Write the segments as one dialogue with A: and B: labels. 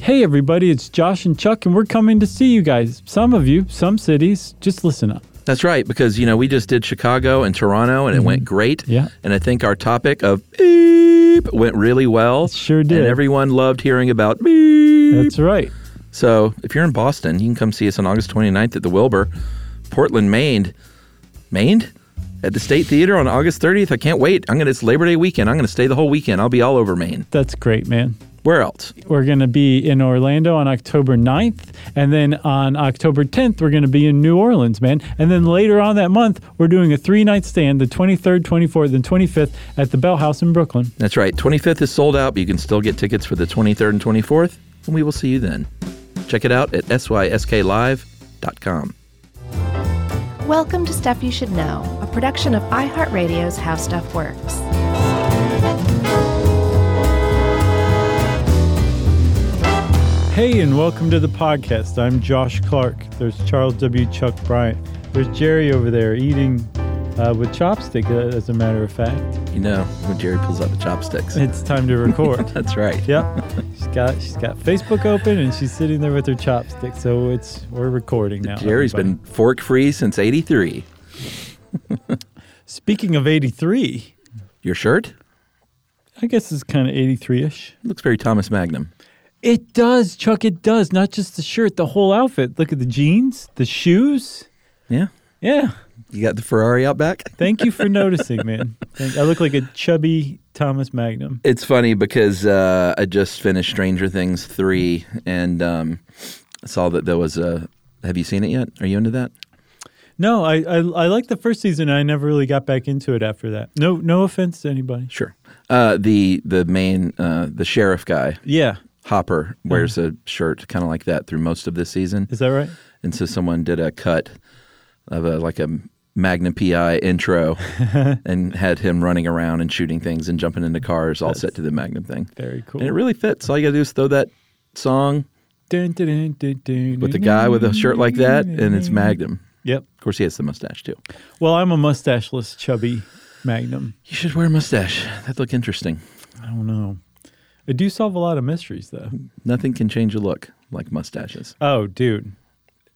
A: Hey, everybody, it's Josh and Chuck, and we're coming to see you guys. Some of you, some cities, just listen up.
B: That's right, because you know we just did Chicago and Toronto, and it went great.
A: Mm-hmm. Yeah.
B: and I think our topic of beep went really well.
A: sure did.
B: And everyone loved hearing about beep.
A: That's right.
B: so if you're in Boston, you can come see us on August 29th at the Wilbur, Portland, Maine, Maine, at the State Theater on August 30th. I can't wait. I'm gonna. It's Labor Day weekend. I'm gonna stay the whole weekend. I'll be all over Maine.
A: That's great, man.
B: Where else?
A: We're going to be in Orlando on October 9th. And then on October 10th, we're going to be in New Orleans, man. And then later on that month, we're doing a three night stand the 23rd, 24th, and 25th at the Bell House in Brooklyn.
B: That's right. 25th is sold out, but you can still get tickets for the 23rd and 24th, and we will see you then. Check it out at sysklive.com.
C: Welcome to Stuff You Should Know, a production of iHeartRadio's How Stuff Works.
A: Hey, and welcome to the podcast. I'm Josh Clark. There's Charles W. Chuck Bryant. There's Jerry over there eating uh, with chopstick, uh, as a matter of fact.
B: You know, when Jerry pulls out the chopsticks.
A: It's time to record.
B: That's right.
A: yep. She's got she's got Facebook open and she's sitting there with her chopstick. So it's we're recording now.
B: Jerry's
A: everybody.
B: been fork free since 83.
A: Speaking of 83,
B: Your shirt
A: I guess it's kind of 83-ish.
B: looks very Thomas Magnum.
A: It does, Chuck, it does. Not just the shirt, the whole outfit. Look at the jeans, the shoes.
B: Yeah.
A: Yeah.
B: You got the Ferrari out back?
A: Thank you for noticing, man. Thank, I look like a chubby Thomas Magnum.
B: It's funny because uh, I just finished Stranger Things 3 and um, saw that there was a. Have you seen it yet? Are you into that?
A: No, I I, I like the first season. I never really got back into it after that. No, no offense to anybody.
B: Sure. Uh, the the main uh, the sheriff guy
A: Yeah,
B: Hopper wears
A: Mm-hmm.
B: a shirt kind of like that through most of this season,
A: is that right?
B: and so someone did a cut of a like a Magnum PI intro and had him running around and shooting things and jumping into cars, all set to the Magnum thing,
A: Very cool.
B: and it really fits. All you gotta do is throw that song
A: Dun, dun, dun, dun, dun,
B: with the guy with a shirt like that, and it's Magnum.
A: Yep.
B: Of course, he has the mustache too.
A: Well, I'm a mustacheless, chubby Magnum.
B: You should wear a mustache. That'd look interesting.
A: I don't know. I do solve a lot of mysteries, though.
B: Nothing can change a look like mustaches,
A: Oh, dude.
B: In-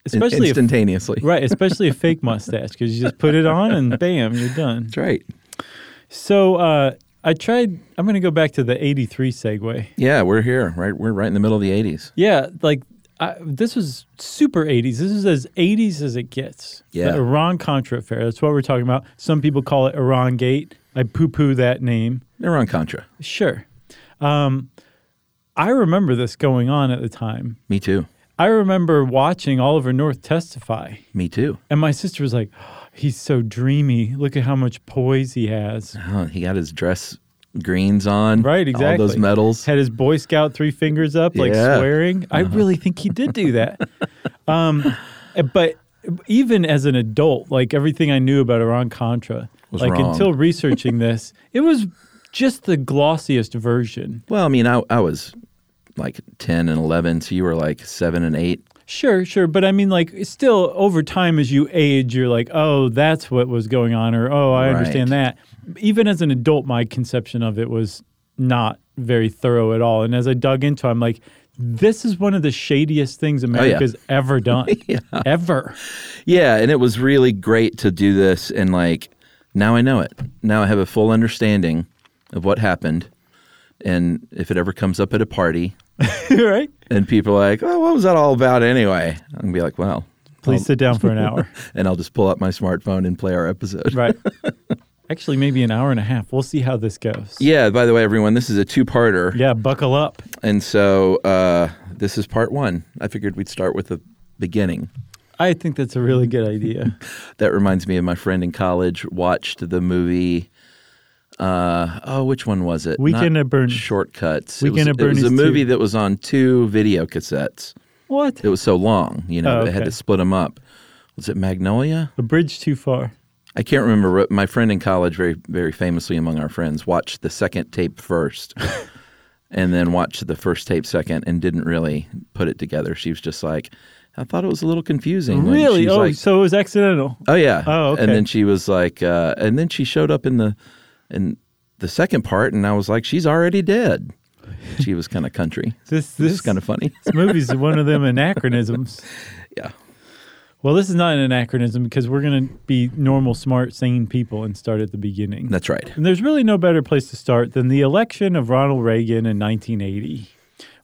A: Especially if,
B: instantaneously.
A: right, especially a fake mustache because you just put it on and bam, you're done.
B: That's right.
A: So uh, I tried. I'm going to go back to the '83 segue.
B: Yeah, we're here. Right, we're right in the middle of the '80s.
A: Yeah, like I, this was super 80s. This is as 80s as it gets.
B: Yeah.
A: The Iran Contra affair. That's what we're talking about. Some people call it Iran Gate. I poo poo that name.
B: They're on Contra.
A: Sure. Um, I remember this going on at the time.
B: Me too.
A: I remember watching Oliver North testify,
B: Me too.
A: and my sister was like, He's so dreamy. Look at how much poise he has.
B: Oh, he got his dress greens on.
A: Right, exactly.
B: All those medals.
A: Had his Boy Scout three fingers up, like
B: Yeah. Uh-huh.
A: swearing. I really think he did do that. um, but even as an adult, like everything I knew about Iran Contra,
B: Was
A: like
B: wrong.
A: until researching this, it was just the glossiest version.
B: Well, I mean, I, I was like 10 and 11, so you were like 7 and 8.
A: Sure, sure. But I mean, like, still over time as you age, you're like, oh, that's what was going on, or oh, I understand that. Even as an adult, my conception of it was not very thorough at all. And as I dug into it, I'm like, this is one of the shadiest things
B: Oh,
A: America's ever done. Ever.
B: Yeah, and it was really great to do this. And like, now I know it. Now I have a full understanding of what happened. And if it ever comes up at a party
A: right?
B: and people are like, oh, what was that all about anyway? I'm going to be like, well,
A: Please sit down for an hour.
B: and I'll just pull out my smartphone and play our episode.
A: Right. Actually, maybe an hour and a half. We'll see how this goes.
B: Yeah, by the way, everyone, this is a two parter.
A: Yeah, buckle up.
B: And so uh, this is part one. I figured we'd start with the beginning.
A: I think that's a really good idea.
B: That reminds me of my friend in college watched the movie. Uh, oh, which one was it?
A: Weekend
B: Not
A: at Bernie's.
B: Shortcuts.
A: Weekend at
B: it was, It was a
A: Bernie's
B: movie
A: two.
B: that was on two video cassettes.
A: what?
B: It was so long, you know,
A: Oh,
B: they had
A: okay.
B: to split them up. Was it Magnolia?
A: A bridge too far.
B: I can't remember. My friend in college, very very famously among our friends, watched the second tape first, and then watched the first tape second, and didn't really put it together. She was just like, "I thought it was a little confusing." when
A: Really?
B: she's
A: Oh,
B: like,
A: so it was accidental.
B: oh yeah.
A: Oh, okay.
B: And then she was like, uh, and then she showed up in the in the second part, and I was like, "She's already dead." She was kind of country.
A: This
B: This
A: this
B: is kind of funny.
A: this movie's one of them anachronisms.
B: Yeah.
A: Well, this is not an anachronism because we're going to be normal, smart, sane people and start at the beginning.
B: That's right.
A: And there's really no better place to start than the election of Ronald Reagan in 1980.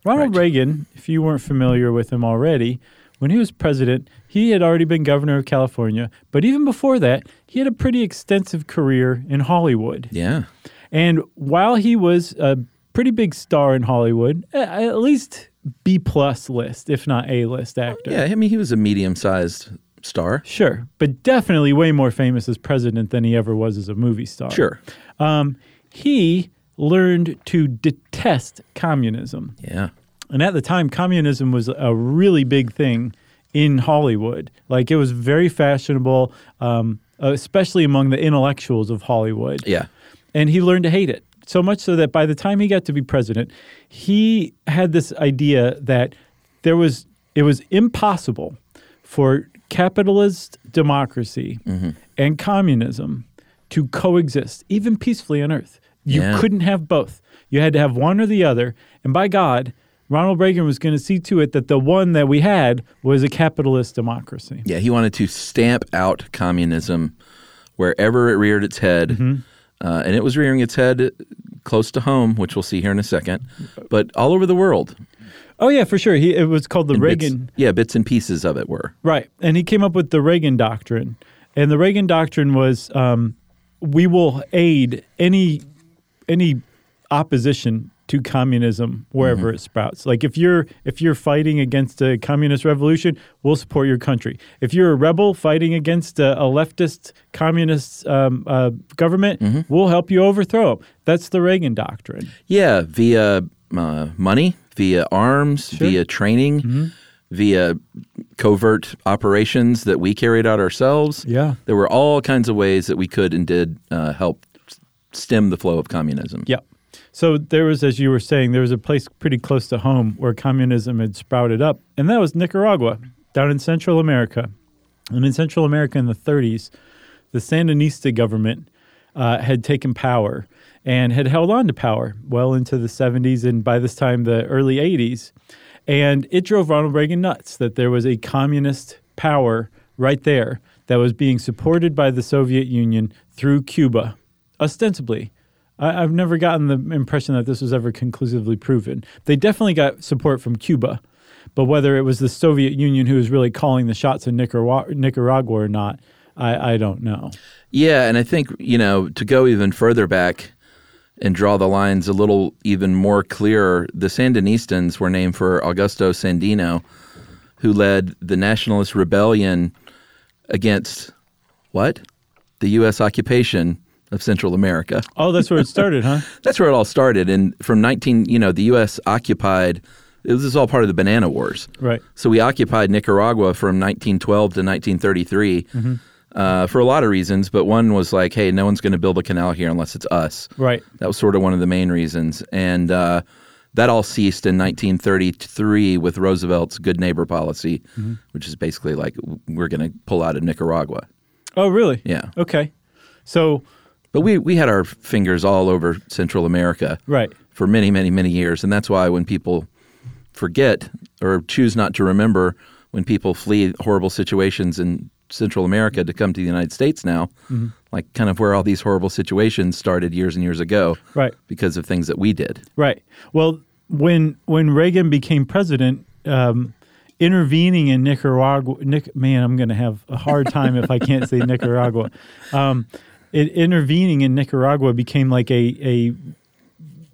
A: Ronald
B: Right.
A: Reagan, if you weren't familiar with him already, when he was president, he had already been governor of California. But even before that, he had a pretty extensive career in Hollywood.
B: Yeah.
A: And while he was a pretty big star in Hollywood, a- at least B plus list, if not A list actor.
B: Oh, Yeah. I mean, he was a medium sized star.
A: Sure, but definitely way more famous as president than he ever was as a movie star.
B: Sure.
A: Um, he learned to detest communism.
B: Yeah.
A: And at the time, communism was a really big thing in Hollywood. Like it was very fashionable, um, especially among the intellectuals of Hollywood.
B: Yeah.
A: And he learned to hate it. So much so that by the time he got to be president, he had this idea that there was it was impossible for capitalist democracy
B: Mm-hmm.
A: and communism to coexist even peacefully on earth. You
B: Yeah.
A: couldn't have both. You had to have one or the other. And by God, Ronald Reagan was going to see to it that the one that we had was a capitalist democracy.
B: Yeah. He wanted to stamp out communism wherever it reared its head.
A: Mm-hmm.
B: Uh, and it was rearing its head close to home, which we'll see here in a second, but all over the world.
A: Oh yeah, for sure. He it was called the
B: And bits-
A: Reagan
B: yeah. Bits and pieces of it were.
A: Right. And he came up with the Reagan Doctrine. And the Reagan Doctrine was um, we will aid any any opposition to communism wherever it sprouts. Like if you're if you're fighting against a communist revolution, we'll support your country. If you're a rebel fighting against a, a leftist communist um, uh, government, we'll help you overthrow them. That's the Reagan Doctrine.
B: Yeah, via uh, money, via arms, via training,
A: Mm-hmm.
B: via covert operations that we carried out ourselves.
A: Yeah.
B: There were all kinds of ways that we could and did uh, help s- stem the flow of communism.
A: Yep. So there was, as you were saying, there was a place pretty close to home where communism had sprouted up, and that was Nicaragua, down in Central America. And in Central America in the 30s, the Sandinista government uh, had taken power and had held on to power well into the 70s and by this time the early 80s. And it drove Ronald Reagan nuts that there was a communist power right there that was being supported by the Soviet Union through Cuba, ostensibly. I, I've never gotten the impression that this was ever conclusively proven. They definitely got support from Cuba, but whether it was the Soviet Union who was really calling the shots in Nicaragua, Nicaragua or not, I, I don't know.
B: Yeah, and I think, you know, to go even further back and draw the lines a little even more clearer, the Sandinistans were named for Augusto Sandino, who led the nationalist rebellion against what? The U.S. occupation of Central America.
A: Oh, that's where it started, huh?
B: That's where it all started. And from 19, you know, the U.S. occupied, this is all part of the Banana Wars.
A: Right.
B: So we occupied Nicaragua from 1912 to 1933
A: Mm-hmm.
B: uh, for a lot of reasons, but one was like, hey, no one's going to build a canal here unless it's us.
A: Right.
B: That was sort of one of the main reasons. And uh, that all ceased in 1933 with Roosevelt's Good Neighbor Policy,
A: Mm-hmm.
B: which is basically like, w- we're going to pull out of Nicaragua.
A: Oh, really?
B: Yeah.
A: Okay. So,
B: But we, we had our fingers all over Central America
A: right.
B: for many, many, many years. And that's why when people forget or choose not to remember when people flee horrible situations in Central America to come to the United States now, like kind of where all these horrible situations started years and years ago,
A: Right.
B: Because of things that we did.
A: Right. Well, when when Reagan became president, um, intervening in Nicaragua, Nic- man, I'm going to have a hard time if I can't say Nicaragua. Um, it, intervening in Nicaragua became like a a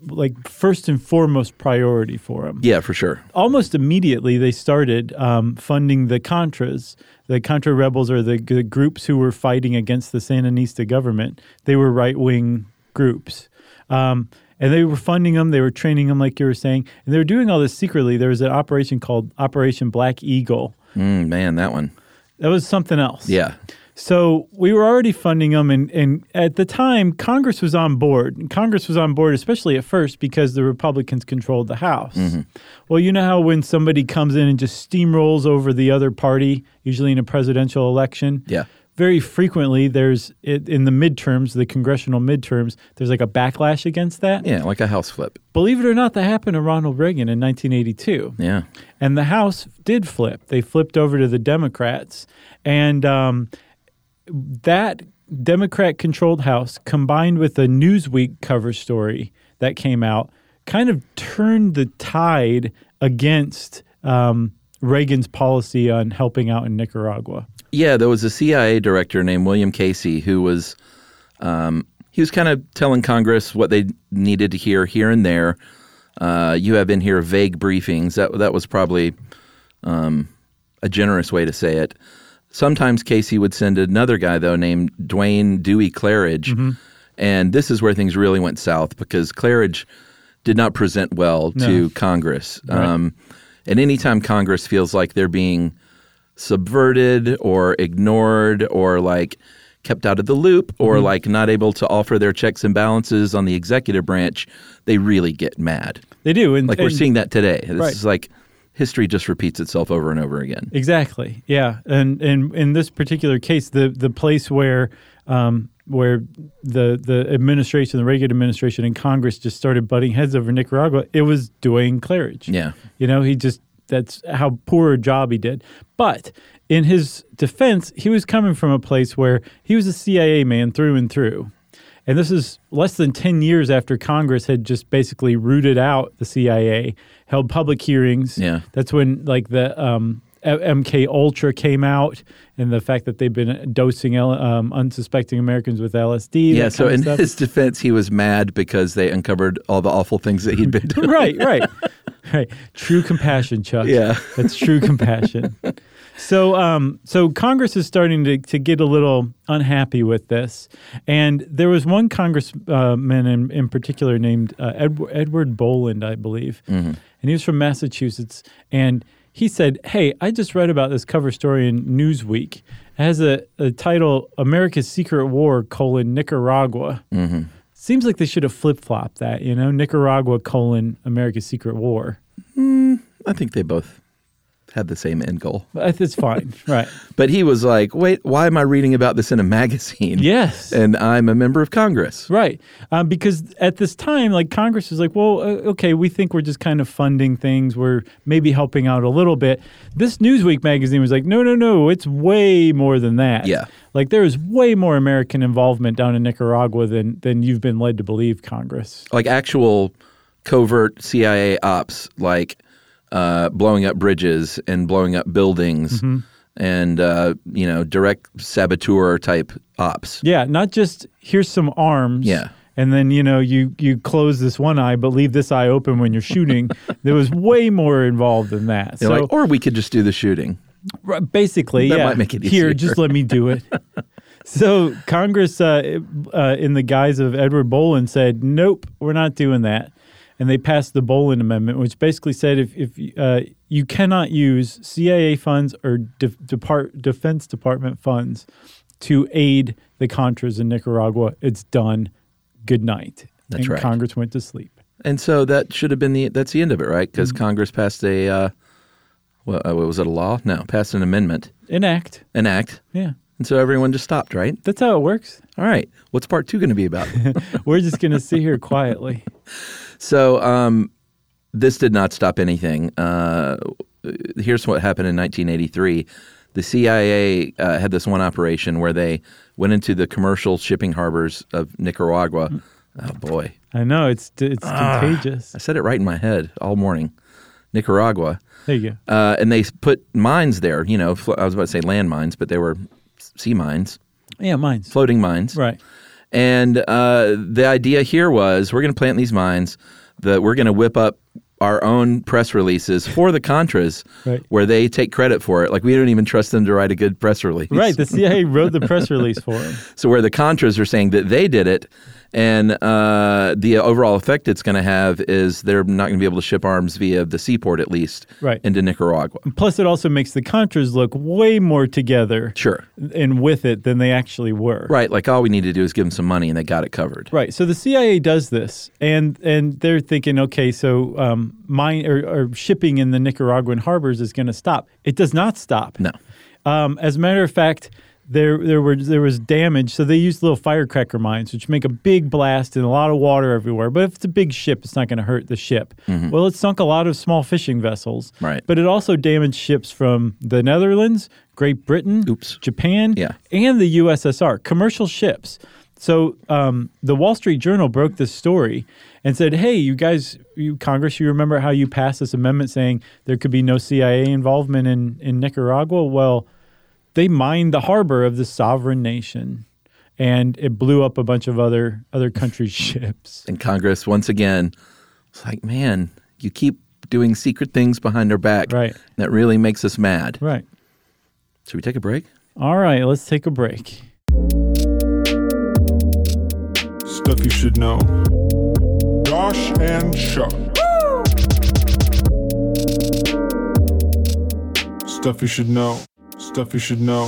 A: like first and foremost priority for him
B: Yeah, for sure.
A: almost immediately they started um, funding the Contras. The Contra rebels are the, the groups who were fighting against the Sandinista government. They were right wing groups. Um, and they were funding them, they were training them, like you were saying. And they were doing all this secretly. There was an operation called Operation Black Eagle.
B: Mm, man, that one.
A: That was something else.
B: Yeah.
A: So we were already funding them, and, and at the time, Congress was on board. And Congress was on board, especially at first, because the Republicans controlled the House.
B: Mm-hmm.
A: Well, you know how when somebody comes in and just steamrolls over the other party, usually in a presidential election?
B: Yeah.
A: very frequently there's it, in the midterms, the congressional midterms, there's like a backlash against that.
B: Yeah, like a house flip.
A: Believe it or not, that happened to Ronald Reagan in 1982.
B: Yeah.
A: And the House did flip. They flipped over to the Democrats. And um, that Democrat controlled House, combined with a Newsweek cover story that came out, kind of turned the tide against um, Reagan's policy on helping out in Nicaragua.
B: Yeah, there was a CIA director named William Casey who was um, he was kind of telling Congress what they needed to hear here and there. Uh, you have in here vague briefings. That that was probably um, a generous way to say it. Sometimes Casey would send another guy though named Dwayne Dewey Claridge, and this is where things really went south because Claridge did not present well to Congress. Um, and anytime Congress feels like they're being subverted or ignored or like kept out of the loop or
A: Mm-hmm.
B: like not able to offer their checks and balances on the executive branch, they really get mad.
A: They do. And,
B: Like we're
A: and-
B: seeing that today. This
A: Right.
B: is like history just repeats itself over and over again.
A: Exactly. Yeah, and and in this particular case, the the place where um, where the the administration, the Reagan administration, and Congress just started butting heads over Nicaragua, it was Dwayne Claridge.
B: Yeah.
A: you know, he just that's how poor a job he did. But in his defense, he was coming from a place where he was a CIA man through and through. And this is less than 10 years after Congress had just basically rooted out the CIA, held public hearings.
B: Yeah.
A: That's when like the um, M- MK Ultra came out and the fact that they've been dosing L- um, unsuspecting Americans with LSD.
B: Yeah,
A: that
B: so
A: kind of
B: in
A: stuff.
B: his defense, he was mad because they uncovered all the awful things that he'd been doing.
A: right, right, right. True compassion, Chuck.
B: Yeah.
A: that's true compassion. So, um, so Congress is starting to, to get a little unhappy with this, and there was one congressman in, in particular named uh, Edward, Edward Boland, I believe, and he was from Massachusetts, and he said, "Hey, I just read about this cover story in Newsweek. It has a, a title: America's Secret War: colon Nicaragua." Seems like they should have flip flopped that, you know, Nicaragua colon America's Secret War.
B: I think they both had the same end goal.
A: But it's fine, right?
B: But he was like, wait, why am I reading about this in a magazine?
A: Yes,
B: And I'm a member of Congress.
A: Eh. right. Um, because at this time, like Congress is like, well, uh, okay, we think we're just kind of funding things. We're maybe helping out a little bit. This Newsweek magazine was like, no, no, no, it's way more than that.
B: Yeah.
A: like there is way more American involvement down in Nicaragua than than you've been led to believe, Congress.
B: Like actual covert CIA ops, like uh, blowing up bridges and blowing up buildings and, uh, you know, direct saboteur type ops.
A: Yeah, not just here's some arms.
B: Yeah.
A: And then you know you you close this one eye, but leave this eye open when you're shooting. there was way more involved than that.
B: They're
A: so
B: like, or we could just do the shooting.
A: r- basically,
B: that
A: yeah.
B: might make it
A: here,
B: easier."
A: just let me do it. so Congress, uh, uh, in the guise of Edward Boland, said, "Nope, we're not doing that." And they passed the Boland Amendment, which basically said if if uh, you cannot use CIA funds or de- depart- Defense Department funds to aid the Contras in Nicaragua, it's done. Good night.
B: That's
A: and
B: right.
A: Congress went to sleep.
B: And so that should have been the that's the end of it, right? Because Congress passed a uh, well, uh, was it a law? No, passed an amendment,
A: Enact.
B: an act,
A: Yeah,
B: and so everyone just stopped, right?
A: that's how it works.
B: All right, what's part two going to be about?
A: We're just gonna sit here quietly.
B: so um, this did not stop anything. Uh, here's what happened in 1983. The CIA uh, had this one operation where they went into the commercial shipping harbors of Nicaragua. Oh boy,
A: I know it's it's contagious.
B: I said it right in my head all morning. Nicaragua.
A: There you go.
B: uh, and they put mines there. You know, flo- I was about to say landmines, but they were s- sea mines,
A: Yeah, mine's
B: floating mines.
A: right.
B: And uh, the idea here was we're going to plant these mines. That we're going to whip up our own press releases for the Contras,
A: Right.
B: where they take credit for it. Like we don't even trust them to write a good press release.
A: Right. The CIA wrote the press release for him.
B: So where the Contras are saying that they did it, and uh, the overall effect it's going to have is they're not going to be able to ship arms via the seaport at least
A: Right. Mm.
B: into Nicaragua.
A: Plus, it also makes the Contras look way more together
B: Sure.
A: and with it than they actually were.
B: Right, like all we need to do is give them some money and they got it covered.
A: Right. So the CIA does this, and and they're thinking, okay, so um, mine or, or shipping in the Nicaraguan harbors is going to stop. It does not stop.
B: No.
A: Um, as a matter of fact, there there were there was damage. So they used little firecracker mines, which make a big blast and a lot of water everywhere. But if it's a big ship, it's not going to hurt the ship. Well, it sunk a lot of small fishing vessels,
B: Right.
A: But it also damaged ships from the Netherlands, Great Britain,
B: Oops.
A: Japan,
B: Yeah.
A: and the USSR, commercial ships. So um, the Wall Street Journal broke this story and said, "Hey, you guys, you Congress, you remember how you passed this amendment saying there could be no CIA involvement in in Nicaragua? Well." they mined the harbor of the sovereign nation and it blew up a bunch of other other countries' ships.
B: And Congress, once again, it's like, man, you keep doing secret things behind our back.
A: Right.
B: That really makes us mad.
A: Right.
B: Should we take a break?
A: All right, let's take a break.
D: Stuff you should know. Josh and Chuck. Stuff you should know. Stuff you should know.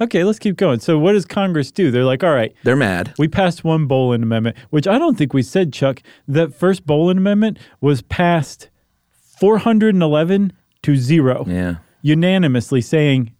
A: Okay, let's keep going. So what does Congress do? They're like, "All right,
B: They're mad.
A: we passed one Bolin amendment, which I don't think we said, Chuck, that first Bolin amendment was passed 411 to 0
B: Yeah.
A: unanimously saying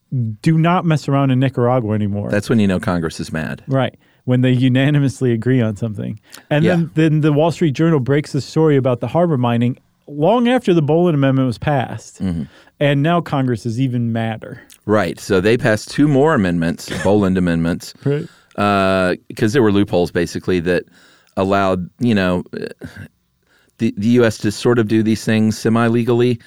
A: do not mess around in Nicaragua anymore.
B: That's when you know Congress is mad.
A: Right. When they unanimously agree on something. And
B: Yeah.
A: then, then the Wall Street Journal breaks the story about the harbor mining long after the Bolin Amendment was passed.
B: Mm-hmm.
A: And now Congress is even madder.
B: Right. So they passed two more amendments, Boland amendments,
A: Right.
B: because there were loopholes basically that allowed you know the the U.S. to sort of do these things semi legally.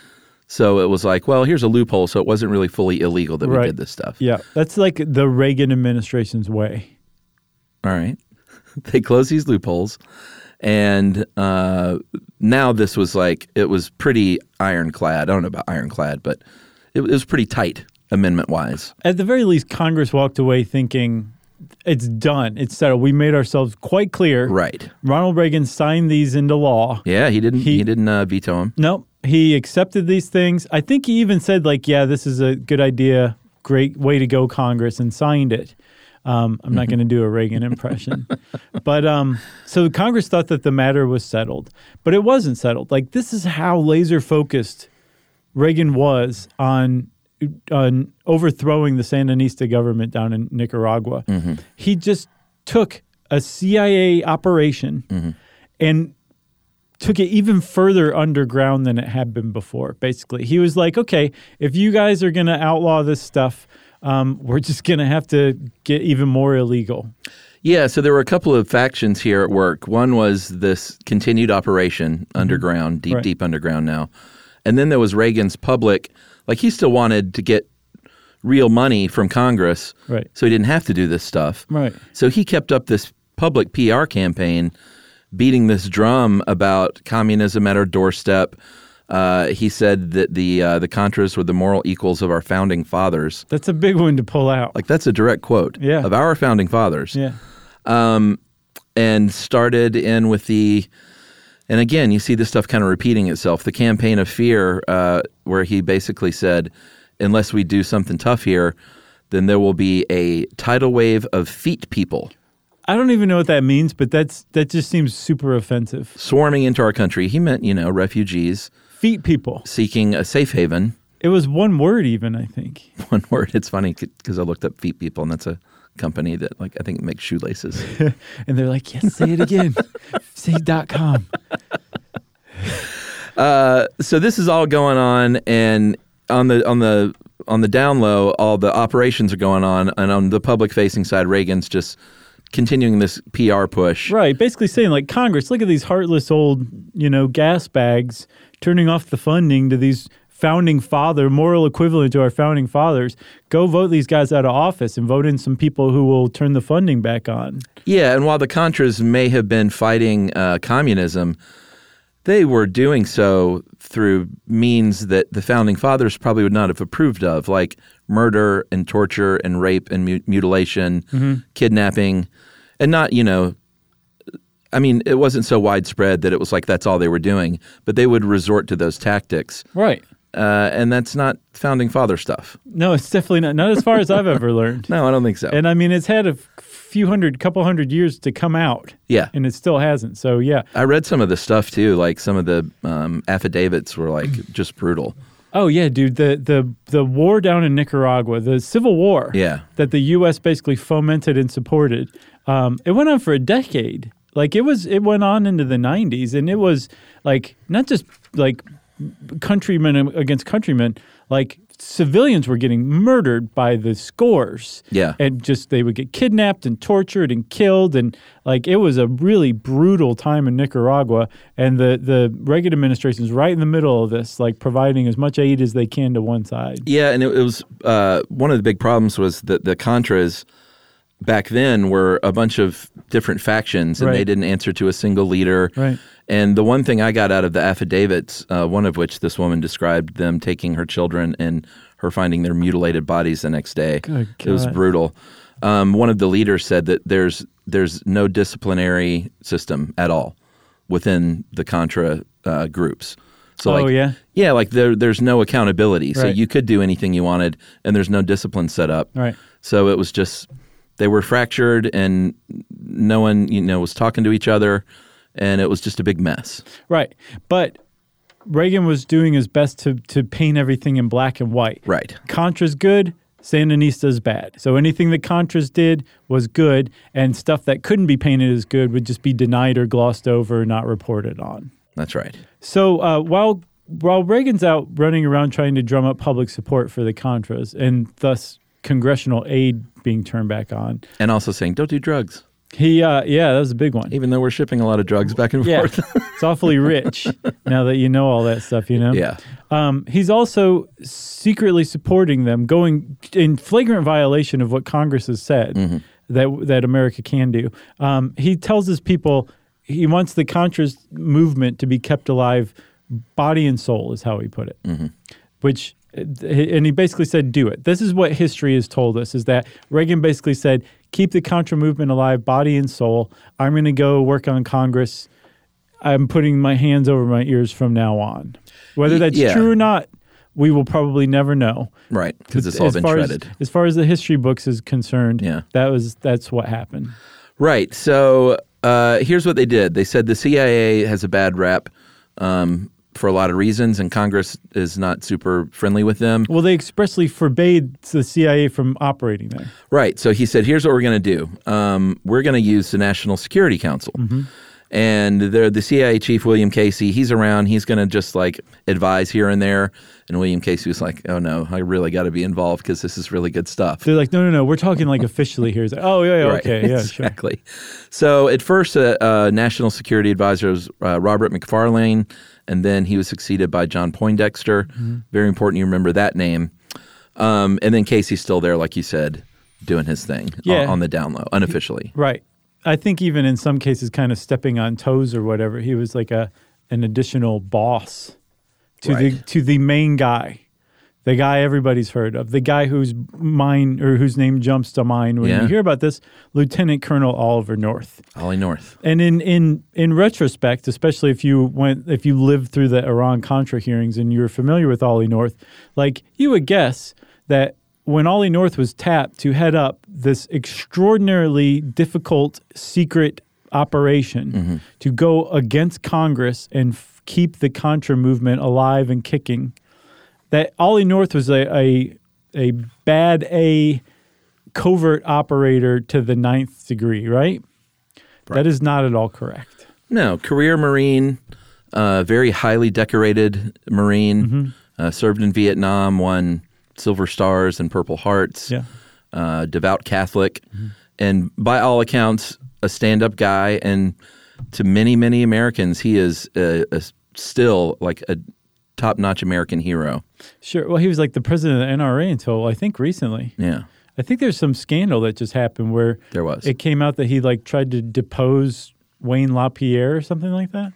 B: So it was like, well, here's a loophole. So it wasn't really fully illegal that we
A: Right.
B: did this stuff.
A: Yeah. That's like the Reagan administration's way.
B: All right. They closed these loopholes. And uh, now this was like, it was pretty ironclad. I don't know about ironclad, but it, it was pretty tight amendment wise.
A: At the very least, Congress walked away thinking it's done. It's settled. We made ourselves quite clear.
B: Right.
A: Ronald Reagan signed these into law.
B: Yeah, he didn't. He,
A: He-
B: didn't uh, veto him.
A: Nope. He accepted these things. I think he even said, like, yeah, this is a good idea. Great way to go, Congress, and signed it. Um, I'm not going to do a Reagan impression. but um, so Congress thought that the matter was settled, but it wasn't settled. Like, this is how laser focused Reagan was on on overthrowing the Sandinista government down in Nicaragua. He just took a CIA operation and took it even further underground than it had been before. Basically, he was like, "Okay, if you guys are going to outlaw this stuff, um, we're just going to have to get even more illegal."
B: Yeah, so there were a couple of factions here at work. One was this continued operation underground, deep,
A: Mm-hmm. Right.
B: deep underground now. And then there was Reagan's public, like he still wanted to get real money from Congress.
A: Right.
B: So he didn't have to do this stuff.
A: Right.
B: So he kept up this public PR campaign, beating this drum about communism at our doorstep. Uh, he said that the uh, the Contras were the moral equals of our founding fathers.
A: That's a big one to pull out.
B: Like that's a direct quote
A: Yeah.
B: of our founding fathers
A: yeah,
B: and started in with the and again you see this stuff kind of repeating itself the campaign of fear uh, where he basically said unless we do something tough here then there will be a tidal wave of feet people
A: I don't even know what that means, but that's that just seems super offensive.
B: swarming into our country he meant you know refugees
A: Feet people.
B: seeking a safe haven
A: It was one word, even I think.
B: one word it's funny because i looked up feet people and that's a company that like i think makes shoelaces
A: And they're like, "Yes, say it again. say dot com."
B: Uh, so this is all going on and on the on the on the down low all the operations are going on and on the public facing side reagan's just continuing this pr push
A: Right, basically saying like Congress, look at these heartless old, you know, gas bags turning off the funding to these founding father moral equivalent to our founding fathers. Go vote these guys out of office and vote in some people who will turn the funding back on.
B: yeah and while the contras may have been fighting uh, communism they were doing so through means that the founding fathers probably would not have approved of like murder and torture and rape and mu- mutilation kidnapping and not you know I mean, it wasn't so widespread that it was like that's all they were doing, but they would resort to those tactics.
A: Right.
B: Uh, and that's not founding father stuff.
A: No, it's definitely not not as far as I've ever learned.
B: No, I don't think so.
A: And I mean, it's had a f- few hundred, couple hundred years to come out,
B: Yeah.
A: and it still hasn't. So yeah.
B: I read some of the stuff too. Like some of the um, affidavits were like just brutal.
A: Oh yeah, dude. The the the war down in Nicaragua, the civil war.
B: Yeah.
A: That the U.S. basically fomented and supported. Um, it went on for a decade. Like it was, it went on into the '90s, and it was like not just like countrymen against countrymen. Like civilians were getting murdered by the scores.
B: Yeah.
A: and just they would get kidnapped and tortured and killed, and like it was a really brutal time in Nicaragua. And the the Reagan administration is right in the middle of this, like providing as much aid as they can to one side.
B: Yeah, and it, it was uh, one of the big problems was that the Contras back then were a bunch of different factions, and
A: Right.
B: they didn't answer to a single leader.
A: Right.
B: And the one thing I got out of the affidavits, uh, one of which this woman described them taking her children and her finding their mutilated bodies the next day.
A: Good
B: It was
A: God.
B: brutal. Um, one of the leaders said that there's there's no disciplinary system at all within the Contra uh, groups. So
A: Oh,
B: like,
A: yeah?
B: yeah, like there there's no accountability. So
A: Right.
B: you could do anything you wanted, and there's no discipline set up.
A: Right.
B: So it was just they were fractured, and no one you know was talking to each other, and it was just a big mess.
A: Right. But Reagan was doing his best to, to paint everything in black and white.
B: Right.
A: Contra's good, Sandinista's bad. So anything that Contras did was good, and stuff that couldn't be painted as good would just be denied or glossed over, not reported on.
B: That's right.
A: So uh, while while Reagan's out running around trying to drum up public support for the Contras and thus congressional aid being turned back on,
B: And also saying don't do drugs,
A: he uh, yeah, that was a big one.
B: even though we're shipping a lot of drugs back and
A: Yeah,
B: forth.
A: it's awfully rich now that you know all that stuff. You know.
B: yeah.
A: Um, he's also secretly supporting them, going in flagrant violation of what Congress has said that that America can do. Um, he tells his people he wants the Contras movement to be kept alive, body and soul, is how he put it. Which eh, and he basically said, "Do it." This is what history has told us: is that Reagan basically said, "Keep the Contra movement alive, body and soul." I'm going to go work on Congress. I'm putting my hands over my ears from now on. Whether
B: Y-
A: that's
B: yeah.
A: true or not, we will probably never know.
B: Right. Because it's all
A: as
B: been
A: far
B: shredded.
A: As, as far as the history books is concerned,
B: Yeah.
A: that was that's what happened.
B: Right. So uh, here's what they did. They said the CIA has a bad rap um, for a lot of reasons, and Congress is not super friendly with them.
A: Well, they expressly forbade the CIA from operating there.
B: Right. So he said, here's what we're going to do. Um, we're going to use the National Security Council. And the, the CIA chief, William Casey, he's around. He's going to just like advise here and there. And William Casey was like, oh no, I really got to be involved because this is really good stuff.
A: They're like, no, no, no, we're talking like officially here. It's like, oh, yeah, yeah, okay, yeah, sure.
B: exactly. So at first, uh, uh, National Security Advisor was uh, Robert McFarlane, and then he was succeeded by John Poindexter.
A: Mm-hmm.
B: Very important you remember that name. Um, and then Casey's still there, like you said, doing his thing o-
A: Yeah.
B: on the down low, unofficially.
A: Right. I think even in some cases, kind of stepping on toes or whatever. He was like a an additional boss to the
B: Right.
A: to the main guy, the guy everybody's heard of, the guy whose mind or whose name jumps to mind when
B: Yeah.
A: you hear about this, Lieutenant Colonel Oliver North.
B: Ollie North.
A: And in in in retrospect, especially if you went if you lived through the Iran Contra hearings and you're familiar with Ollie North, like you would guess that when Ollie North was tapped to head up this extraordinarily difficult secret operation to go against Congress and f- keep the Contra movement alive and kicking, that Ollie North was a a, a bad A covert operator to the ninth degree, right? That is not at all correct.
B: No, career Marine, uh, very highly decorated Marine,
A: Mm-hmm.
B: uh, served in Vietnam, won Silver Stars and Purple Hearts.
A: Yeah.
B: uh, devout Catholic,
A: Mm-hmm.
B: and by all accounts, a stand up guy. And to many, many Americans, he is uh a, still like a top notch American hero.
A: Sure. Well, he was like the president of the NRA until I think recently.
B: Yeah.
A: I think there's some scandal that just happened where
B: There was.
A: It came out that he like tried to depose Wayne LaPierre or something like that.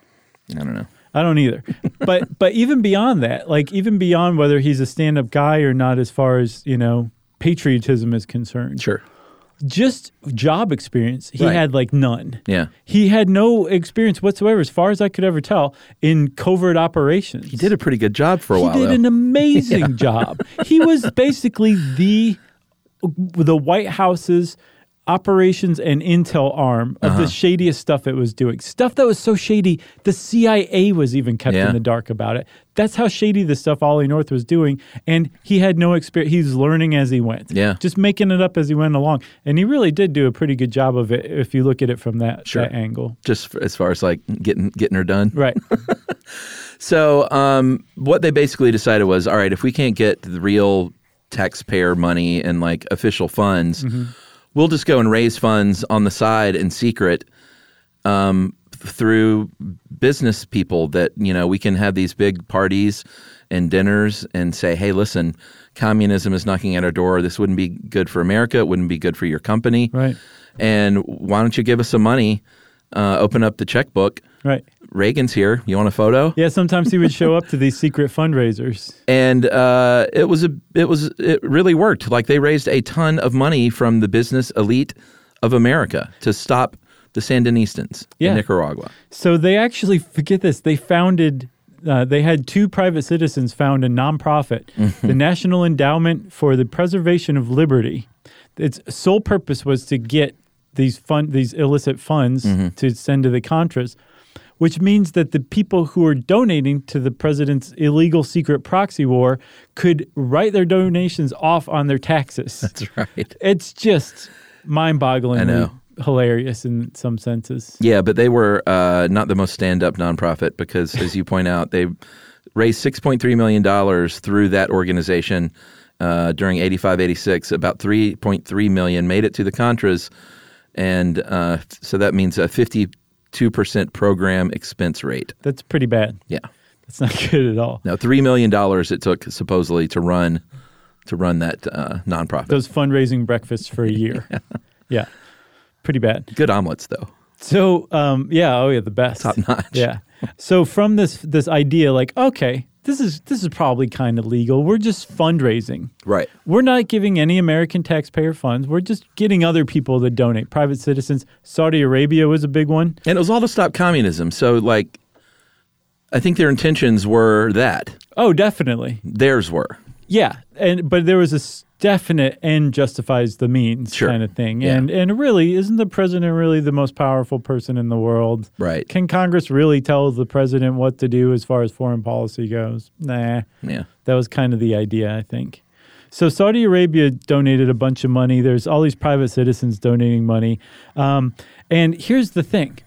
B: I don't know.
A: I don't either. but but even beyond that, like even beyond whether he's a stand-up guy or not as far as, you know, patriotism is concerned.
B: Sure.
A: Just job experience, he
B: Right.
A: had like none.
B: Yeah.
A: He had no experience whatsoever as far as I could ever tell in covert operations.
B: He did a pretty good job for a
A: he
B: while.
A: did
B: though.
A: an amazing job. He was basically the the White House's operations and intel arm of
B: Uh-huh.
A: the shadiest stuff it was doing. Stuff that was so shady, the CIA was even kept
B: Yeah.
A: in the dark about it. That's how shady the stuff Ollie North was doing. And he had no experience. He's learning as he went.
B: Yeah.
A: Just making it up as he went along. And he really did do a pretty good job of it if you look at it from that,
B: Sure.
A: that angle.
B: just f- as far as like getting getting her done.
A: Right.
B: So um, what they basically decided was, all right, if we can't get the real taxpayer money and like official funds, we'll just go and raise funds on the side in secret um, through business people that you know we can have these big parties and dinners and say, hey, listen, communism is knocking at our door. This wouldn't be good for America. It wouldn't be good for your company.
A: Right.
B: And why don't you give us some money? Uh, open up the checkbook.
A: right.
B: Reagan's here. You want a photo?
A: Yeah, sometimes he would show up to these secret fundraisers.
B: and uh, it was a it was it really worked. Like they raised a ton of money from the business elite of America to stop the Sandinistans
A: Yeah.
B: in Nicaragua.
A: So they actually forget this. They founded. Uh, they had two private citizens found a nonprofit,
B: Mm-hmm.
A: the National Endowment for the Preservation of Liberty. Its sole purpose was to get these fund these illicit funds
B: Mm-hmm.
A: to send to the Contras, which means that the people who are donating to the president's illegal secret proxy war could write their donations off on their taxes.
B: That's right.
A: It's just
B: I
A: mind-bogglingly
B: know.
A: hilarious in some senses.
B: Yeah, but they were uh, not the most stand up nonprofit because, as you point out, they raised six point three million dollars through that organization uh, during 85-86. About three point three million made it to the Contras, and uh, so that means a fifty two percent program expense rate.
A: That's pretty bad.
B: Yeah.
A: That's not good at all.
B: Now, three million dollars it took supposedly to run to run that uh, nonprofit.
A: Those fundraising breakfasts for a year. yeah. Pretty bad.
B: Good omelets, though.
A: So, um, yeah, oh yeah, the best.
B: Top notch.
A: Yeah. So from this this idea like, okay, this is this is probably kind of legal. We're just fundraising.
B: Right.
A: We're not giving any American taxpayer funds. We're just getting other people to donate. Private citizens. Saudi Arabia was a big one.
B: And it was all to stop communism. So, like, I think their intentions were that
A: Oh, definitely.
B: theirs were.
A: Yeah, and but there was a s- definite end justifies the means
B: Sure.
A: kind of thing,
B: Yeah.
A: and and really isn't the president really the most powerful person in the world?
B: Right.
A: Can Congress really tell the president what to do as far as foreign policy goes? Nah.
B: Yeah.
A: That was kind of the idea, I think. So Saudi Arabia donated a bunch of money. There's all these private citizens donating money. Um, and here's the thing.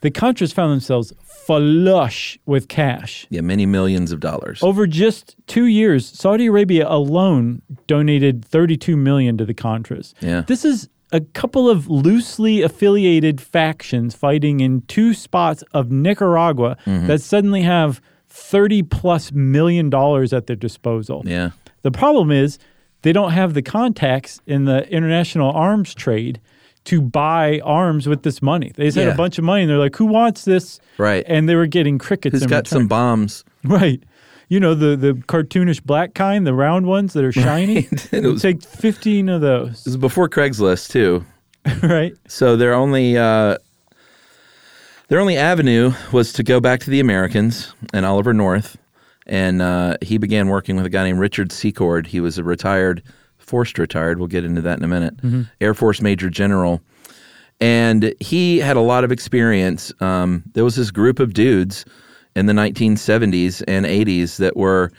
A: The Contras found themselves flush with cash.
B: Yeah. Many millions of dollars.
A: Over just two years, Saudi Arabia alone donated 32 million to the Contras.
B: Yeah.
A: This is a couple of loosely affiliated factions fighting in two spots of Nicaragua
B: Mm-hmm.
A: that suddenly have 30 plus million dollars at their disposal.
B: Yeah.
A: The problem is they don't have the contacts in the international arms trade to buy arms with this money. They just had
B: Yeah.
A: a bunch of money and they're like, who wants this?
B: Right.
A: And they were getting crickets
B: Who's
A: in
B: got
A: return.
B: some bombs?
A: Right. You know, the, the cartoonish black kind, the round ones that are shiny.
B: It
A: We'll
B: was,
A: take
B: it
A: 15 of those,
B: was before Craigslist too.
A: right?
B: So their only uh, their only avenue was to go back to the Americans and Oliver North, and uh, he began working with a guy named Richard Secord. He was a retired, forced retired. We'll get into that in a minute. Air Force Major General, and he had a lot of experience. Um, there was this group of dudes in the 1970s and 80s that were.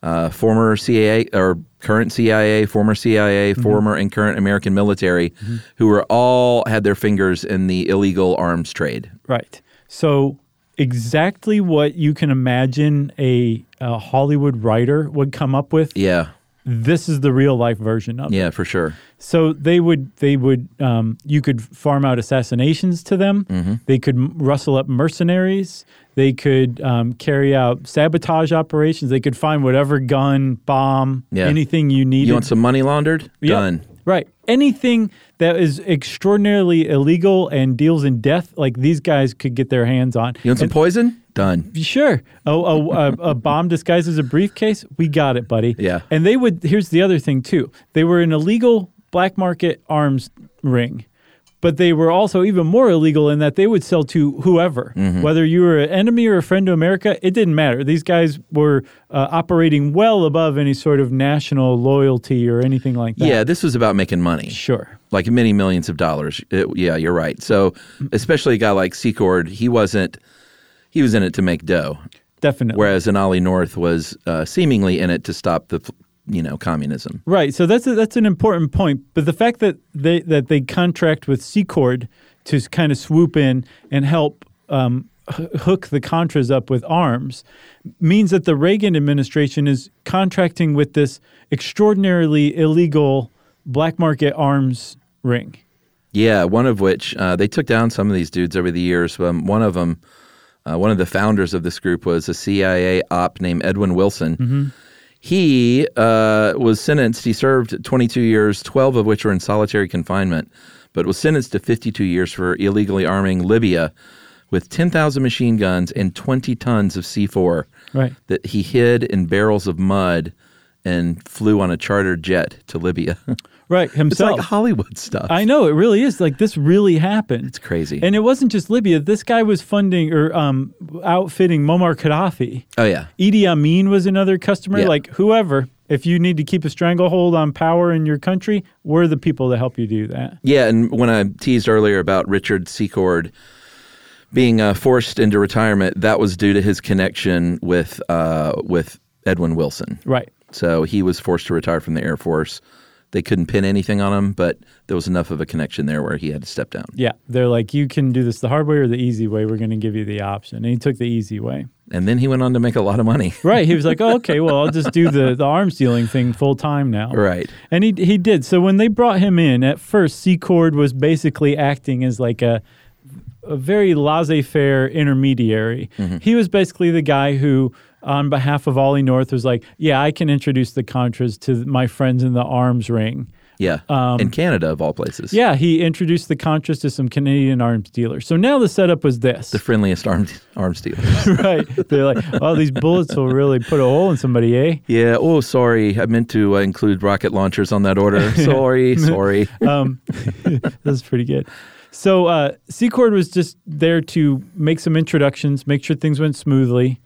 B: Uh, former CIA or current CIA, former CIA, former and current American military, who were all had their fingers in the illegal arms trade.
A: Right. So, exactly what you can imagine a, a Hollywood writer would come up with,
B: Yeah,
A: this is the real life version of it.
B: yeah, for sure.
A: So they would, they would, um, you could farm out assassinations to them.
B: Mm-hmm.
A: They could m- rustle up mercenaries. They could um, carry out sabotage operations. They could find whatever gun, bomb,
B: Yeah.
A: anything you needed.
B: You want some money laundered?
A: Yep.
B: Done.
A: Right. Anything that is extraordinarily illegal and deals in death, like these guys could get their hands on.
B: You want some poison? Done.
A: Sure. Oh, a, a, a bomb disguised as a briefcase? We got it, buddy.
B: Yeah.
A: And they would, here's the other thing, too. They were an illegal black market arms ring, but they were also even more illegal in that they would sell to whoever,
B: Mm-hmm.
A: whether you were an enemy or a friend to America. It didn't matter. These guys were uh, operating well above any sort of national loyalty or anything like that.
B: Yeah, this was about making money.
A: sure.
B: like many millions of dollars. It- yeah, you're right. So, especially a guy like Secord, he wasn't. He was in it to make dough,
A: Definitely.
B: whereas an Ollie North was uh, seemingly in it to stop the, you know, communism.
A: Right. So that's a, that's an important point. But the fact that they that they contract with Secord to kind of swoop in and help um, h- hook the Contras up with arms means that the Reagan administration is contracting with this extraordinarily illegal black market arms ring.
B: Yeah, one of which uh, they took down some of these dudes over the years. Um, one of them, uh, one of the founders of this group, was a CIA op named Edwin Wilson.
A: Mm-hmm.
B: He uh, was sentenced. He served 22 years, 12 of which were in solitary confinement, but was sentenced to 52 years for illegally arming Libya with 10,000 machine guns and 20 tons of C4
A: Right.
B: that he hid in barrels of mud and flew on a chartered jet to Libya.
A: Right.
B: it's
A: Himself.
B: like Hollywood stuff.
A: I know it really is. Like this really happened.
B: It's crazy.
A: And it wasn't just Libya. This guy was funding or um, outfitting Muammar Gaddafi.
B: oh yeah.
A: Idi Amin was another customer.
B: Yeah.
A: Like whoever, if you need to keep a stranglehold on power in your country, we're the people to help you do that.
B: Yeah, and when I teased earlier about Richard Secord being uh, forced into retirement, that was due to his connection with uh, with Edwin Wilson.
A: Right.
B: So he was forced to retire from the Air Force. They couldn't pin anything on him, but there was enough of a connection there where he had to step down.
A: Yeah. They're like, you can do this the hard way or the easy way. We're going to give you the option. And he took the easy way.
B: And then he went on to make a lot of money.
A: Right. He was like, oh, okay, well, I'll just do the, the arms dealing thing full time now.
B: Right.
A: And he, he did. So when they brought him in, at first, Secord was basically acting as like a, a very laissez faire intermediary. He was basically the guy who, on behalf of Ollie North, was like, yeah, I can introduce the Contras to my friends in the arms ring.
B: Yeah. In Canada, of all places.
A: Yeah, he introduced the Contras to some Canadian arms dealers. So now the setup was this.
B: The friendliest armed arms dealers.
A: right. They're like, oh, these bullets will really put a hole in somebody, eh?
B: yeah. Oh, sorry. I meant to uh, include rocket launchers on that order. Sorry. sorry.
A: um, that's pretty good. So uh, Secord was just there to make some introductions, make sure things went smoothly,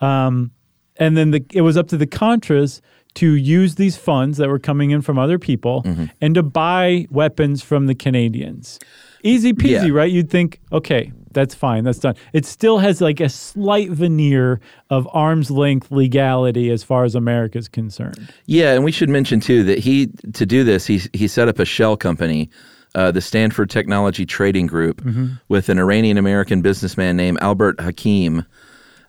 A: um, and then the, it was up to the Contras to use these funds that were coming in from other people and to buy weapons from the Canadians. Easy peasy,
B: Yeah.
A: right? You'd think, okay, that's fine, that's done. It still has like a slight veneer of arm's length legality as far as America's concerned.
B: Yeah, and we should mention too that he to do this he he set up a shell company, uh, the Stanford Technology Trading Group,
A: Mm-hmm.
B: with an Iranian American businessman named Albert Hakim,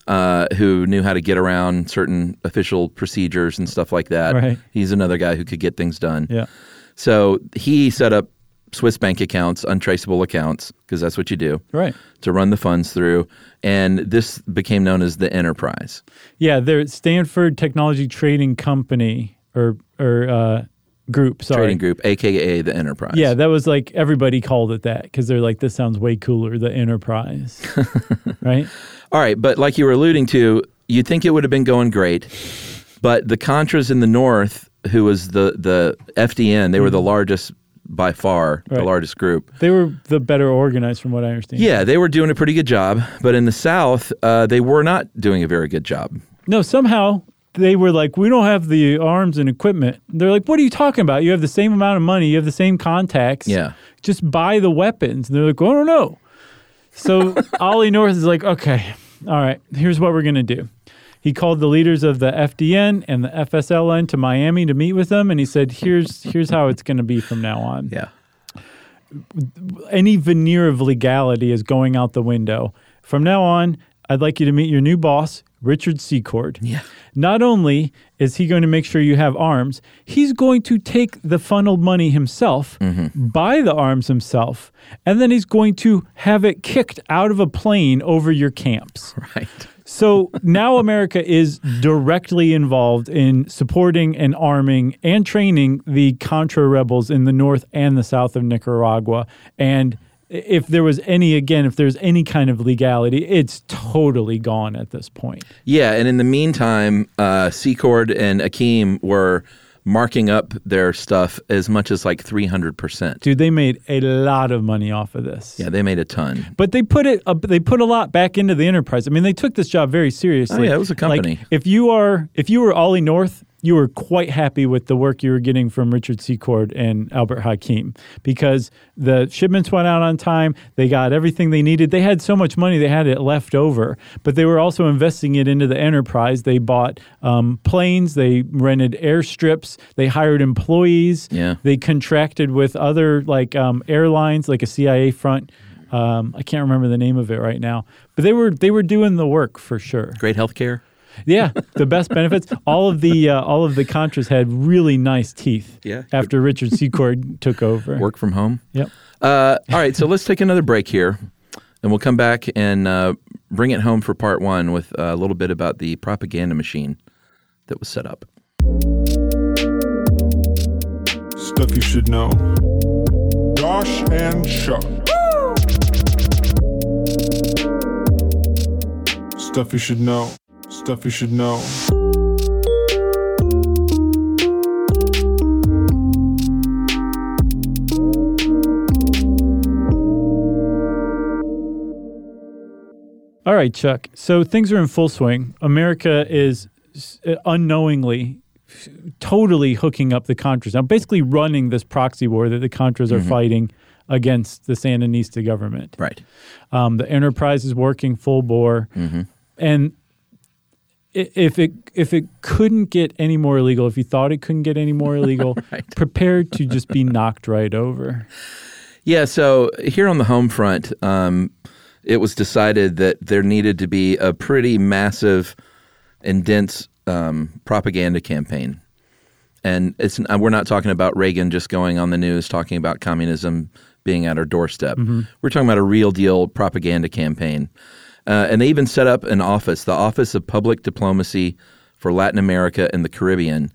B: uh, who knew how to get around certain official procedures and stuff like that.
A: Right.
B: He's another guy who could get things done.
A: Yeah.
B: So he set up Swiss bank accounts, untraceable accounts, because that's what you do.
A: Right.
B: To run the funds through, and this became known as the enterprise.
A: Yeah, they're Stanford Technology Trading Company or or uh, group. Sorry.
B: Trading group, aka the enterprise.
A: Yeah, that was like everybody called it that because they're like, this sounds way cooler, the enterprise, right?
B: All right, but like you were alluding to, you'd think it would have been going great, but the Contras in the North, who was the the FDN, they were the largest by far, the
A: Right.
B: largest group.
A: They were the better organized, from what I understand.
B: Yeah, they were doing a pretty good job, but in the South, uh, they were not doing a very good job.
A: No, somehow they were like, we don't have the arms and equipment. They're like, what are you talking about? You have the same amount of money, you have the same contacts.
B: Yeah.
A: Just buy the weapons. And they're like, oh, no, no. So Ollie North is like, okay, all right, here's what we're going to do. He called the leaders of the FDN and the FSLN to Miami to meet with them, and he said, "Here's here's how it's going to be from now on.
B: Yeah,
A: Any veneer of legality is going out the window. From now on, I'd like you to meet your new boss, Richard Secord.
B: yeah,
A: Not only is he going to make sure you have arms, he's going to take the funneled money himself, buy the arms himself, and then he's going to have it kicked out of a plane over your camps.
B: right.
A: So now America is directly involved in supporting and arming and training the Contra rebels in the north and the south of Nicaragua. And if there was any, again, if there's any kind of legality, it's totally gone at this point.
B: Yeah, and in the meantime, uh, Secord and Akeem were marking up their stuff as much as like 300%.
A: Dude, they made a lot of money off of this.
B: Yeah, they made a ton.
A: But they put it. Uh, they put a lot back into the enterprise. I mean, they took this job very seriously.
B: Oh, yeah, it was a company.
A: Like, if you are, if you were Ollie North, you were quite happy with the work you were getting from Richard Secord and Albert Hakim because the shipments went out on time. They got everything they needed. They had so much money they had it left over, but they were also investing it into the enterprise. They bought um, planes. They rented airstrips. They hired employees.
B: Yeah.
A: They contracted with other like um, airlines, like a CIA front. Um, I can't remember the name of it right now, but they were they were doing the work for sure.
B: Great healthcare.
A: Yeah, the best benefits. All of the uh, all of the Contras had really nice teeth.
B: Yeah.
A: After Richard Secord took over.
B: Work from home.
A: Yep.
B: Uh, all right, so let's take another break here, and we'll come back and uh, bring it home for part one with a little bit about the propaganda machine that was set up.
D: Stuff you should know. Josh and Chuck. Stuff you should know. Stuff you should know.
A: All right, Chuck. So things are in full swing. America is s- uh, unknowingly f- totally hooking up the Contras. Now, basically running this proxy war that the Contras
B: Mm-hmm.
A: are fighting against the Sandinista government.
B: Right.
A: Um, the enterprise is working full bore,
B: Mm-hmm.
A: and i- if it if it couldn't get any more illegal, if you thought it couldn't get any more illegal, prepare to just be knocked right over.
B: Yeah, so here on the home front, um, it was decided that there needed to be a pretty massive and dense um, propaganda campaign. And it's uh, we're not talking about Reagan just going on the news talking about communism being at our doorstep. We're talking about a real deal propaganda campaign. Uh, and they even set up an office, the Office of Public Diplomacy for Latin America and the Caribbean,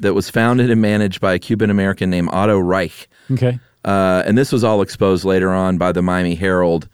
B: that was founded and managed by a Cuban American named Otto Reich.
A: Okay.
B: Uh, and this was all exposed later on by the Miami Herald,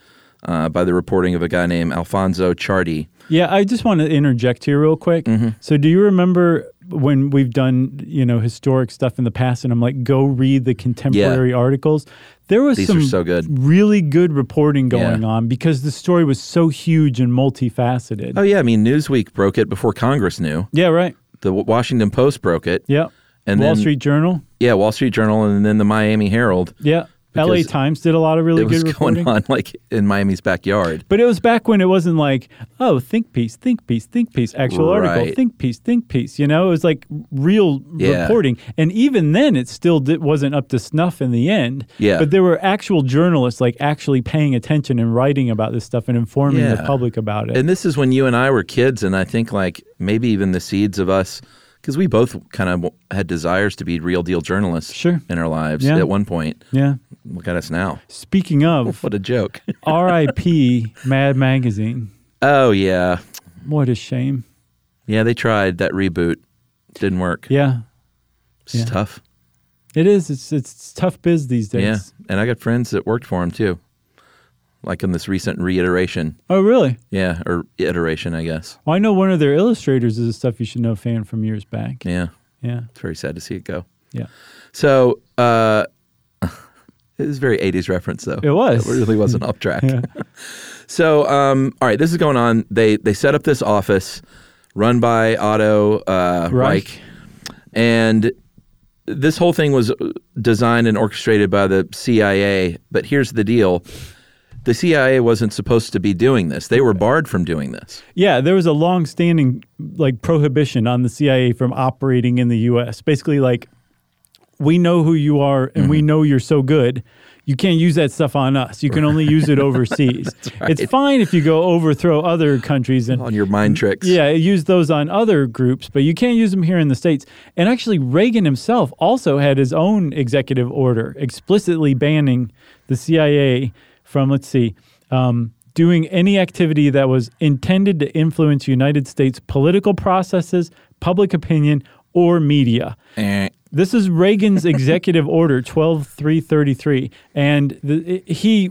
B: uh, by the reporting of a guy named Alfonso Chardy.
A: Yeah, I just want to interject here real quick.
B: Mm-hmm.
A: So, do you remember when we've done you know historic stuff in the past, and I'm like, go read the contemporary articles. There was
B: These are
A: some
B: so good.
A: really good reporting going
B: Yeah.
A: on because the story was so huge and multifaceted.
B: Oh, yeah. I mean, Newsweek broke it before Congress knew.
A: yeah, right.
B: The W- Washington Post broke it.
A: Yep.
B: And
A: Wall
B: then-
A: Street Journal.
B: Yeah, Wall Street Journal and then the Miami Herald.
A: Yeah. L.A.
B: Because
A: Times did a lot of really
B: It was
A: good reporting.
B: going on like in Miami's backyard.
A: But it was back when it wasn't like, oh, think piece, think piece, think piece, actual article,
B: Right.
A: think piece, think piece. You know, it was like real
B: Yeah.
A: reporting. And even then, it still di wasn't up to snuff in the end.
B: Yeah.
A: But there were actual journalists like actually paying attention and writing about this stuff and informing the
B: Yeah.
A: public about it.
B: And this is when you and I were kids, and I think like maybe even the seeds of us, because we both kind of had desires to be real deal journalists
A: Sure.
B: in our lives
A: Yeah.
B: at one point.
A: yeah.
B: Look at us now.
A: Speaking of
B: What a joke.
A: R.I.P. Mad Magazine,
B: oh, yeah.
A: what a shame.
B: Yeah, they tried that reboot. Didn't work.
A: Yeah.
B: it's tough.
A: It is. It's it's tough biz these days.
B: Yeah. And I got friends that worked for him too. Like in this recent reiteration.
A: Oh, really?
B: Yeah, or iteration, I guess.
A: Well, I know one of their illustrators is a stuff you should know fan from years back.
B: Yeah.
A: Yeah.
B: It's very sad to see it go.
A: Yeah.
B: So, uh it was a very 80s reference though.
A: It was.
B: It really wasn't off track.
A: Yeah.
B: So, um, all right, this is going on. They they set up this office run by Otto uh,
A: Reich.
B: Reich, and this whole thing was designed and orchestrated by the CIA. But here's the deal: the CIA wasn't supposed to be doing this. They were barred from doing this.
A: Yeah, there was a long-standing like prohibition on the CIA from operating in the U.S. Basically, like we know who you are and we know you're so good, you can't use that stuff on us. You can only use it overseas. It's fine if you go overthrow other countries and
B: On your mind tricks,
A: yeah, use those on other groups, but you can't use them here in the states. And actually, Reagan himself also had his own executive order explicitly banning the CIA from let's see. Um, Doing any activity that was intended to influence United States political processes, public opinion, or media.
B: Eh.
A: This is Reagan's executive order 12333 and the, he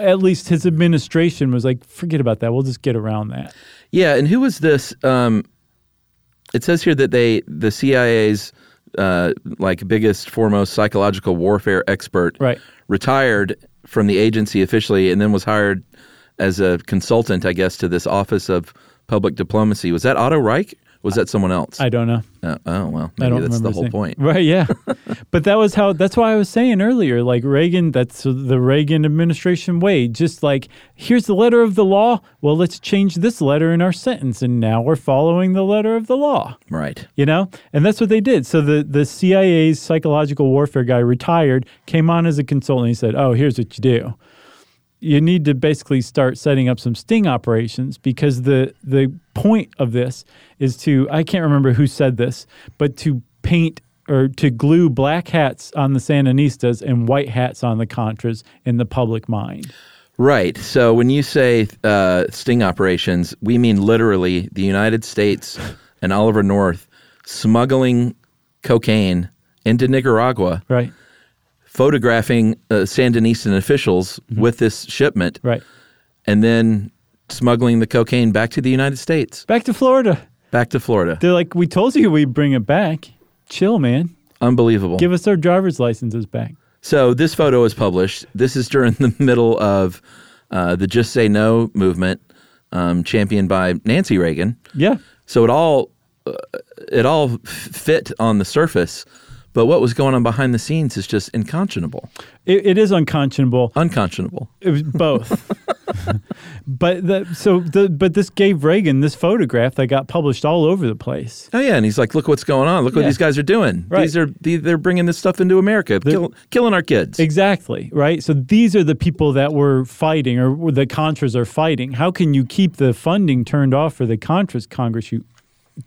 A: at least his administration was like forget about that we'll just get around that.
B: yeah. And who was this? Um, it says here that they the CIA's uh, like biggest, foremost psychological warfare expert,
A: Right.
B: retired from the agency officially, and then was hired as a consultant, I guess, to this office of public diplomacy. Was that Otto Reich? Was that someone else?
A: I don't know.
B: Uh, oh well,
A: I
B: maybe
A: don't
B: that's
A: remember
B: the
A: his
B: whole
A: name.
B: point.
A: Right, yeah. but that was how that's why I was saying earlier like Reagan that's the Reagan administration way just like here's the letter of the law, well let's change this letter in our sentence and now we're following the letter of the law.
B: Right.
A: You know? And that's what they did. So the the CIA's psychological warfare guy retired, came on as a consultant, he said, "Oh, here's what you do." you need to basically start setting up some sting operations because the the point of this is to I can't remember who said this, but to paint or to glue black hats on the Sandinistas and white hats on the Contras in the public mind.
B: Right. So when you say uh, sting operations, we mean literally the United States and Oliver North smuggling cocaine into Nicaragua,
A: Right.
B: photographing uh, Sandinista officials with this shipment,
A: Right.
B: and then smuggling the cocaine back to the United States,
A: Back to Florida.
B: back to Florida.
A: They're like, we told you we'd bring it back. Chill, man.
B: Unbelievable.
A: Give us our driver's licenses back.
B: So this photo is published. This is during the middle of uh, the Just Say No movement, um, championed by Nancy Reagan.
A: Yeah.
B: So it all uh, it all f- fit on the surface, but what was going on behind the scenes is just unconscionable.
A: It, it is unconscionable.
B: Unconscionable.
A: It was both. but the, so the, but this gave Reagan this photograph that got published all over the place.
B: Oh yeah, and he's like, "Look what's going on! Look what
A: Yeah.
B: these guys are doing!
A: Right.
B: These are the- they're bringing this stuff into America, kill, killing our kids."
A: Exactly, right? So these are the people that were fighting or were the Contras are fighting. How can you keep the funding turned off for the Contras, Congress, you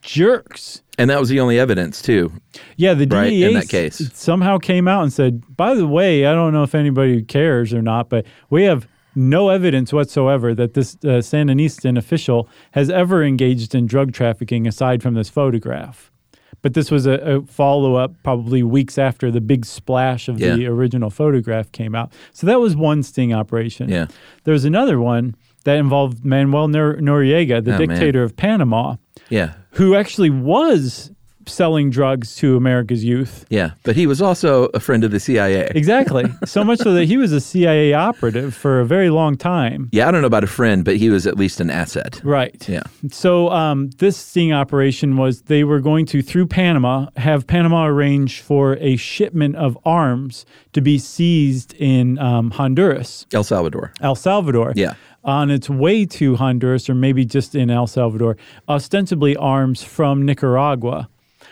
A: jerks?
B: and that was the only evidence too.
A: Yeah, the
B: Right, in
A: DEA
B: that case.
A: somehow came out and said, by the way, I don't know if anybody cares or not, but we have no evidence whatsoever that this uh, Sandinistan official has ever engaged in drug trafficking aside from this photograph. But this was a, a follow up, probably weeks after the big splash of the
B: Yeah.
A: original photograph came out. So that was one sting operation.
B: Yeah.
A: There was another one that involved Manuel Nor- Noriega, the
B: Oh, man.
A: dictator of Panama,
B: Yeah,
A: who actually was selling drugs to America's youth.
B: yeah. But he was also a friend of the CIA.
A: Exactly. so much so that he was a CIA operative for a very long time.
B: Yeah, I don't know about a friend, but he was at least an asset.
A: Right.
B: Yeah.
A: So um, this sting operation was they were going to through Panama have Panama arrange for a shipment of arms to be seized in um, Honduras,
B: El Salvador.
A: El Salvador.
B: Yeah.
A: On its way to Honduras, or maybe just in El Salvador, ostensibly arms from Nicaragua.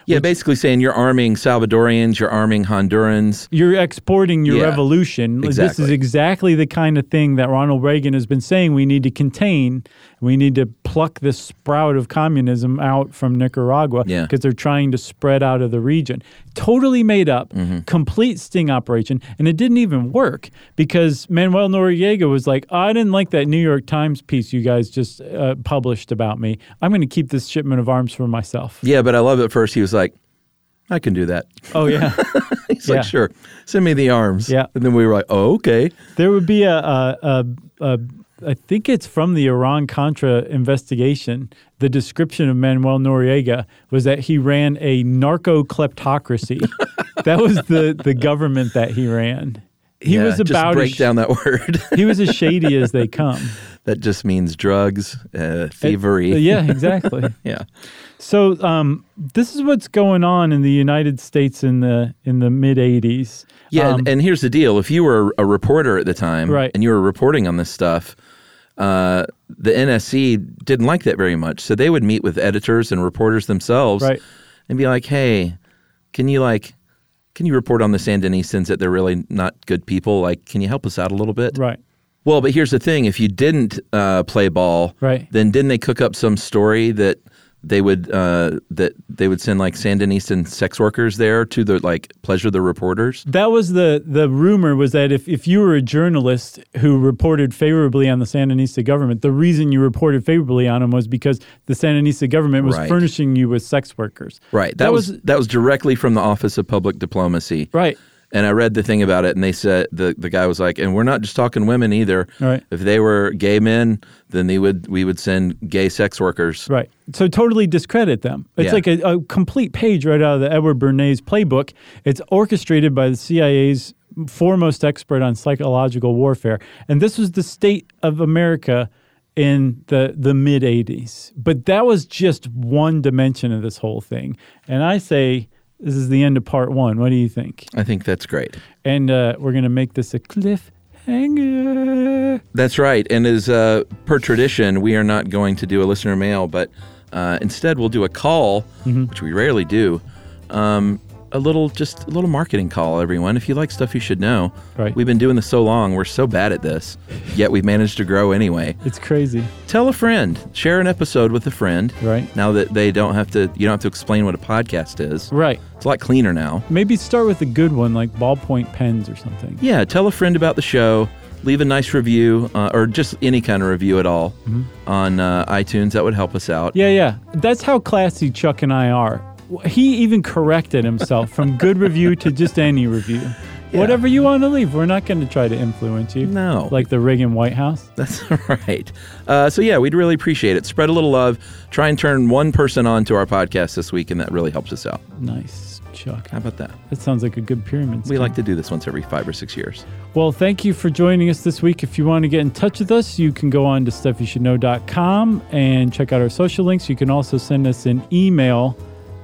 B: Yeah, basically saying you're arming Salvadorians, you're arming Hondurans.
A: you're exporting your
B: Yeah,
A: revolution. This is
B: exactly.
A: exactly the kind of thing that Ronald Reagan has been saying we need to contain. We need to pluck this sprout of communism out from Nicaragua
B: Yeah.
A: they're trying to spread out of the region. Totally made up,
B: Mm-hmm.
A: complete sting operation, and it didn't even work because Manuel Noriega was like, "I didn't like that New York Times piece you guys just uh, published about me. I'm going to keep this shipment of arms for myself."
B: Yeah, but I love at first he was like, I can do that.
A: Oh yeah.
B: He's
A: Yeah.
B: like, sure, send me the arms.
A: Yeah.
B: And then we were like, oh, okay.
A: There would be a, a, a, a I think it's from the Iran Contra investigation. The description of Manuel Noriega was that he ran a narco kleptocracy. that was the, the government that he ran. He
B: Yeah,
A: was
B: just
A: about
B: break
A: as,
B: down that word.
A: he was as shady as they come.
B: that just means drugs, uh, thievery.
A: yeah, exactly.
B: Yeah.
A: So um, this is what's going on in the United States in the in the mid '80s.
B: Yeah,
A: Um,
B: and, and here's the deal: if you were a reporter at the time,
A: Right.
B: and you were reporting on this stuff, uh, the NSC didn't like that very much. So they would meet with editors and reporters themselves,
A: Right.
B: and be like, "Hey, can you like, can you report on the Sandinistas that they're really not good people? Like, can you help us out a little bit?"
A: right.
B: Well, but here's the thing: if you didn't uh, play ball,
A: Right.
B: then didn't they cook up some story that they would uh, that they would send like Sandinista sex workers there to the like pleasure the reporters?
A: That was the the rumor was that if, if you were a journalist who reported favorably on the Sandinista government, the reason you reported favorably on them was because the Sandinista government was
B: Right.
A: furnishing you with sex workers.
B: Right. That, was, that was directly from the Office of Public Diplomacy.
A: right.
B: And I read the thing about it, and they said the, the guy was like, "And we're not just talking women either.
A: Right.
B: If they were gay men, then they would we would send gay sex workers.
A: Right. So totally discredit them. It's
B: Yeah.
A: like a, a complete page right out of the Edward Bernays playbook. It's orchestrated by the CIA's foremost expert on psychological warfare. And this was the state of America in the the mid 80s. But that was just one dimension of this whole thing. And I say this is the end of part 1. What do you think?
B: I think that's great.
A: And uh, we're going to make this a cliffhanger.
B: That's right. And as uh, per tradition, we are not going to do a listener mail, but uh, instead we'll do a call,
A: Mm-hmm.
B: which we rarely do. Um, a little, just a little marketing call, everyone. If you like stuff you should know,
A: Right.
B: we've been doing this so long, we're so bad at this, yet we've managed to grow anyway.
A: It's crazy,
B: Tell a friend, share an episode with a friend.
A: right?
B: Now that they don't have to, you don't have to explain what a podcast is.
A: Right.
B: It's a lot cleaner now.
A: Maybe start with a good one like ballpoint pens or something.
B: Yeah, tell a friend about the show. Leave a nice review uh, or just any kind of review at all on uh, iTunes. That would help us out.
A: Yeah, yeah. That's how classy Chuck and I are. W- He even corrected himself from good review to just any review. Whatever you want to leave, we're not going to try to influence you.
B: No.
A: Like the Reagan White House.
B: That's right. Uh, so, yeah, we'd really appreciate it. Spread a little love. Try and turn one person on to our podcast this week, and that really helps us out.
A: Nice, Chuck.
B: How about that?
A: That sounds like a good pyramid.
B: We
A: scheme.
B: like to do this once every five or six years.
A: Well, thank you for joining us this week. If you want to get in touch with us, you can go on to stuffyoushouldknow.com and check out our social links. You can also send us an email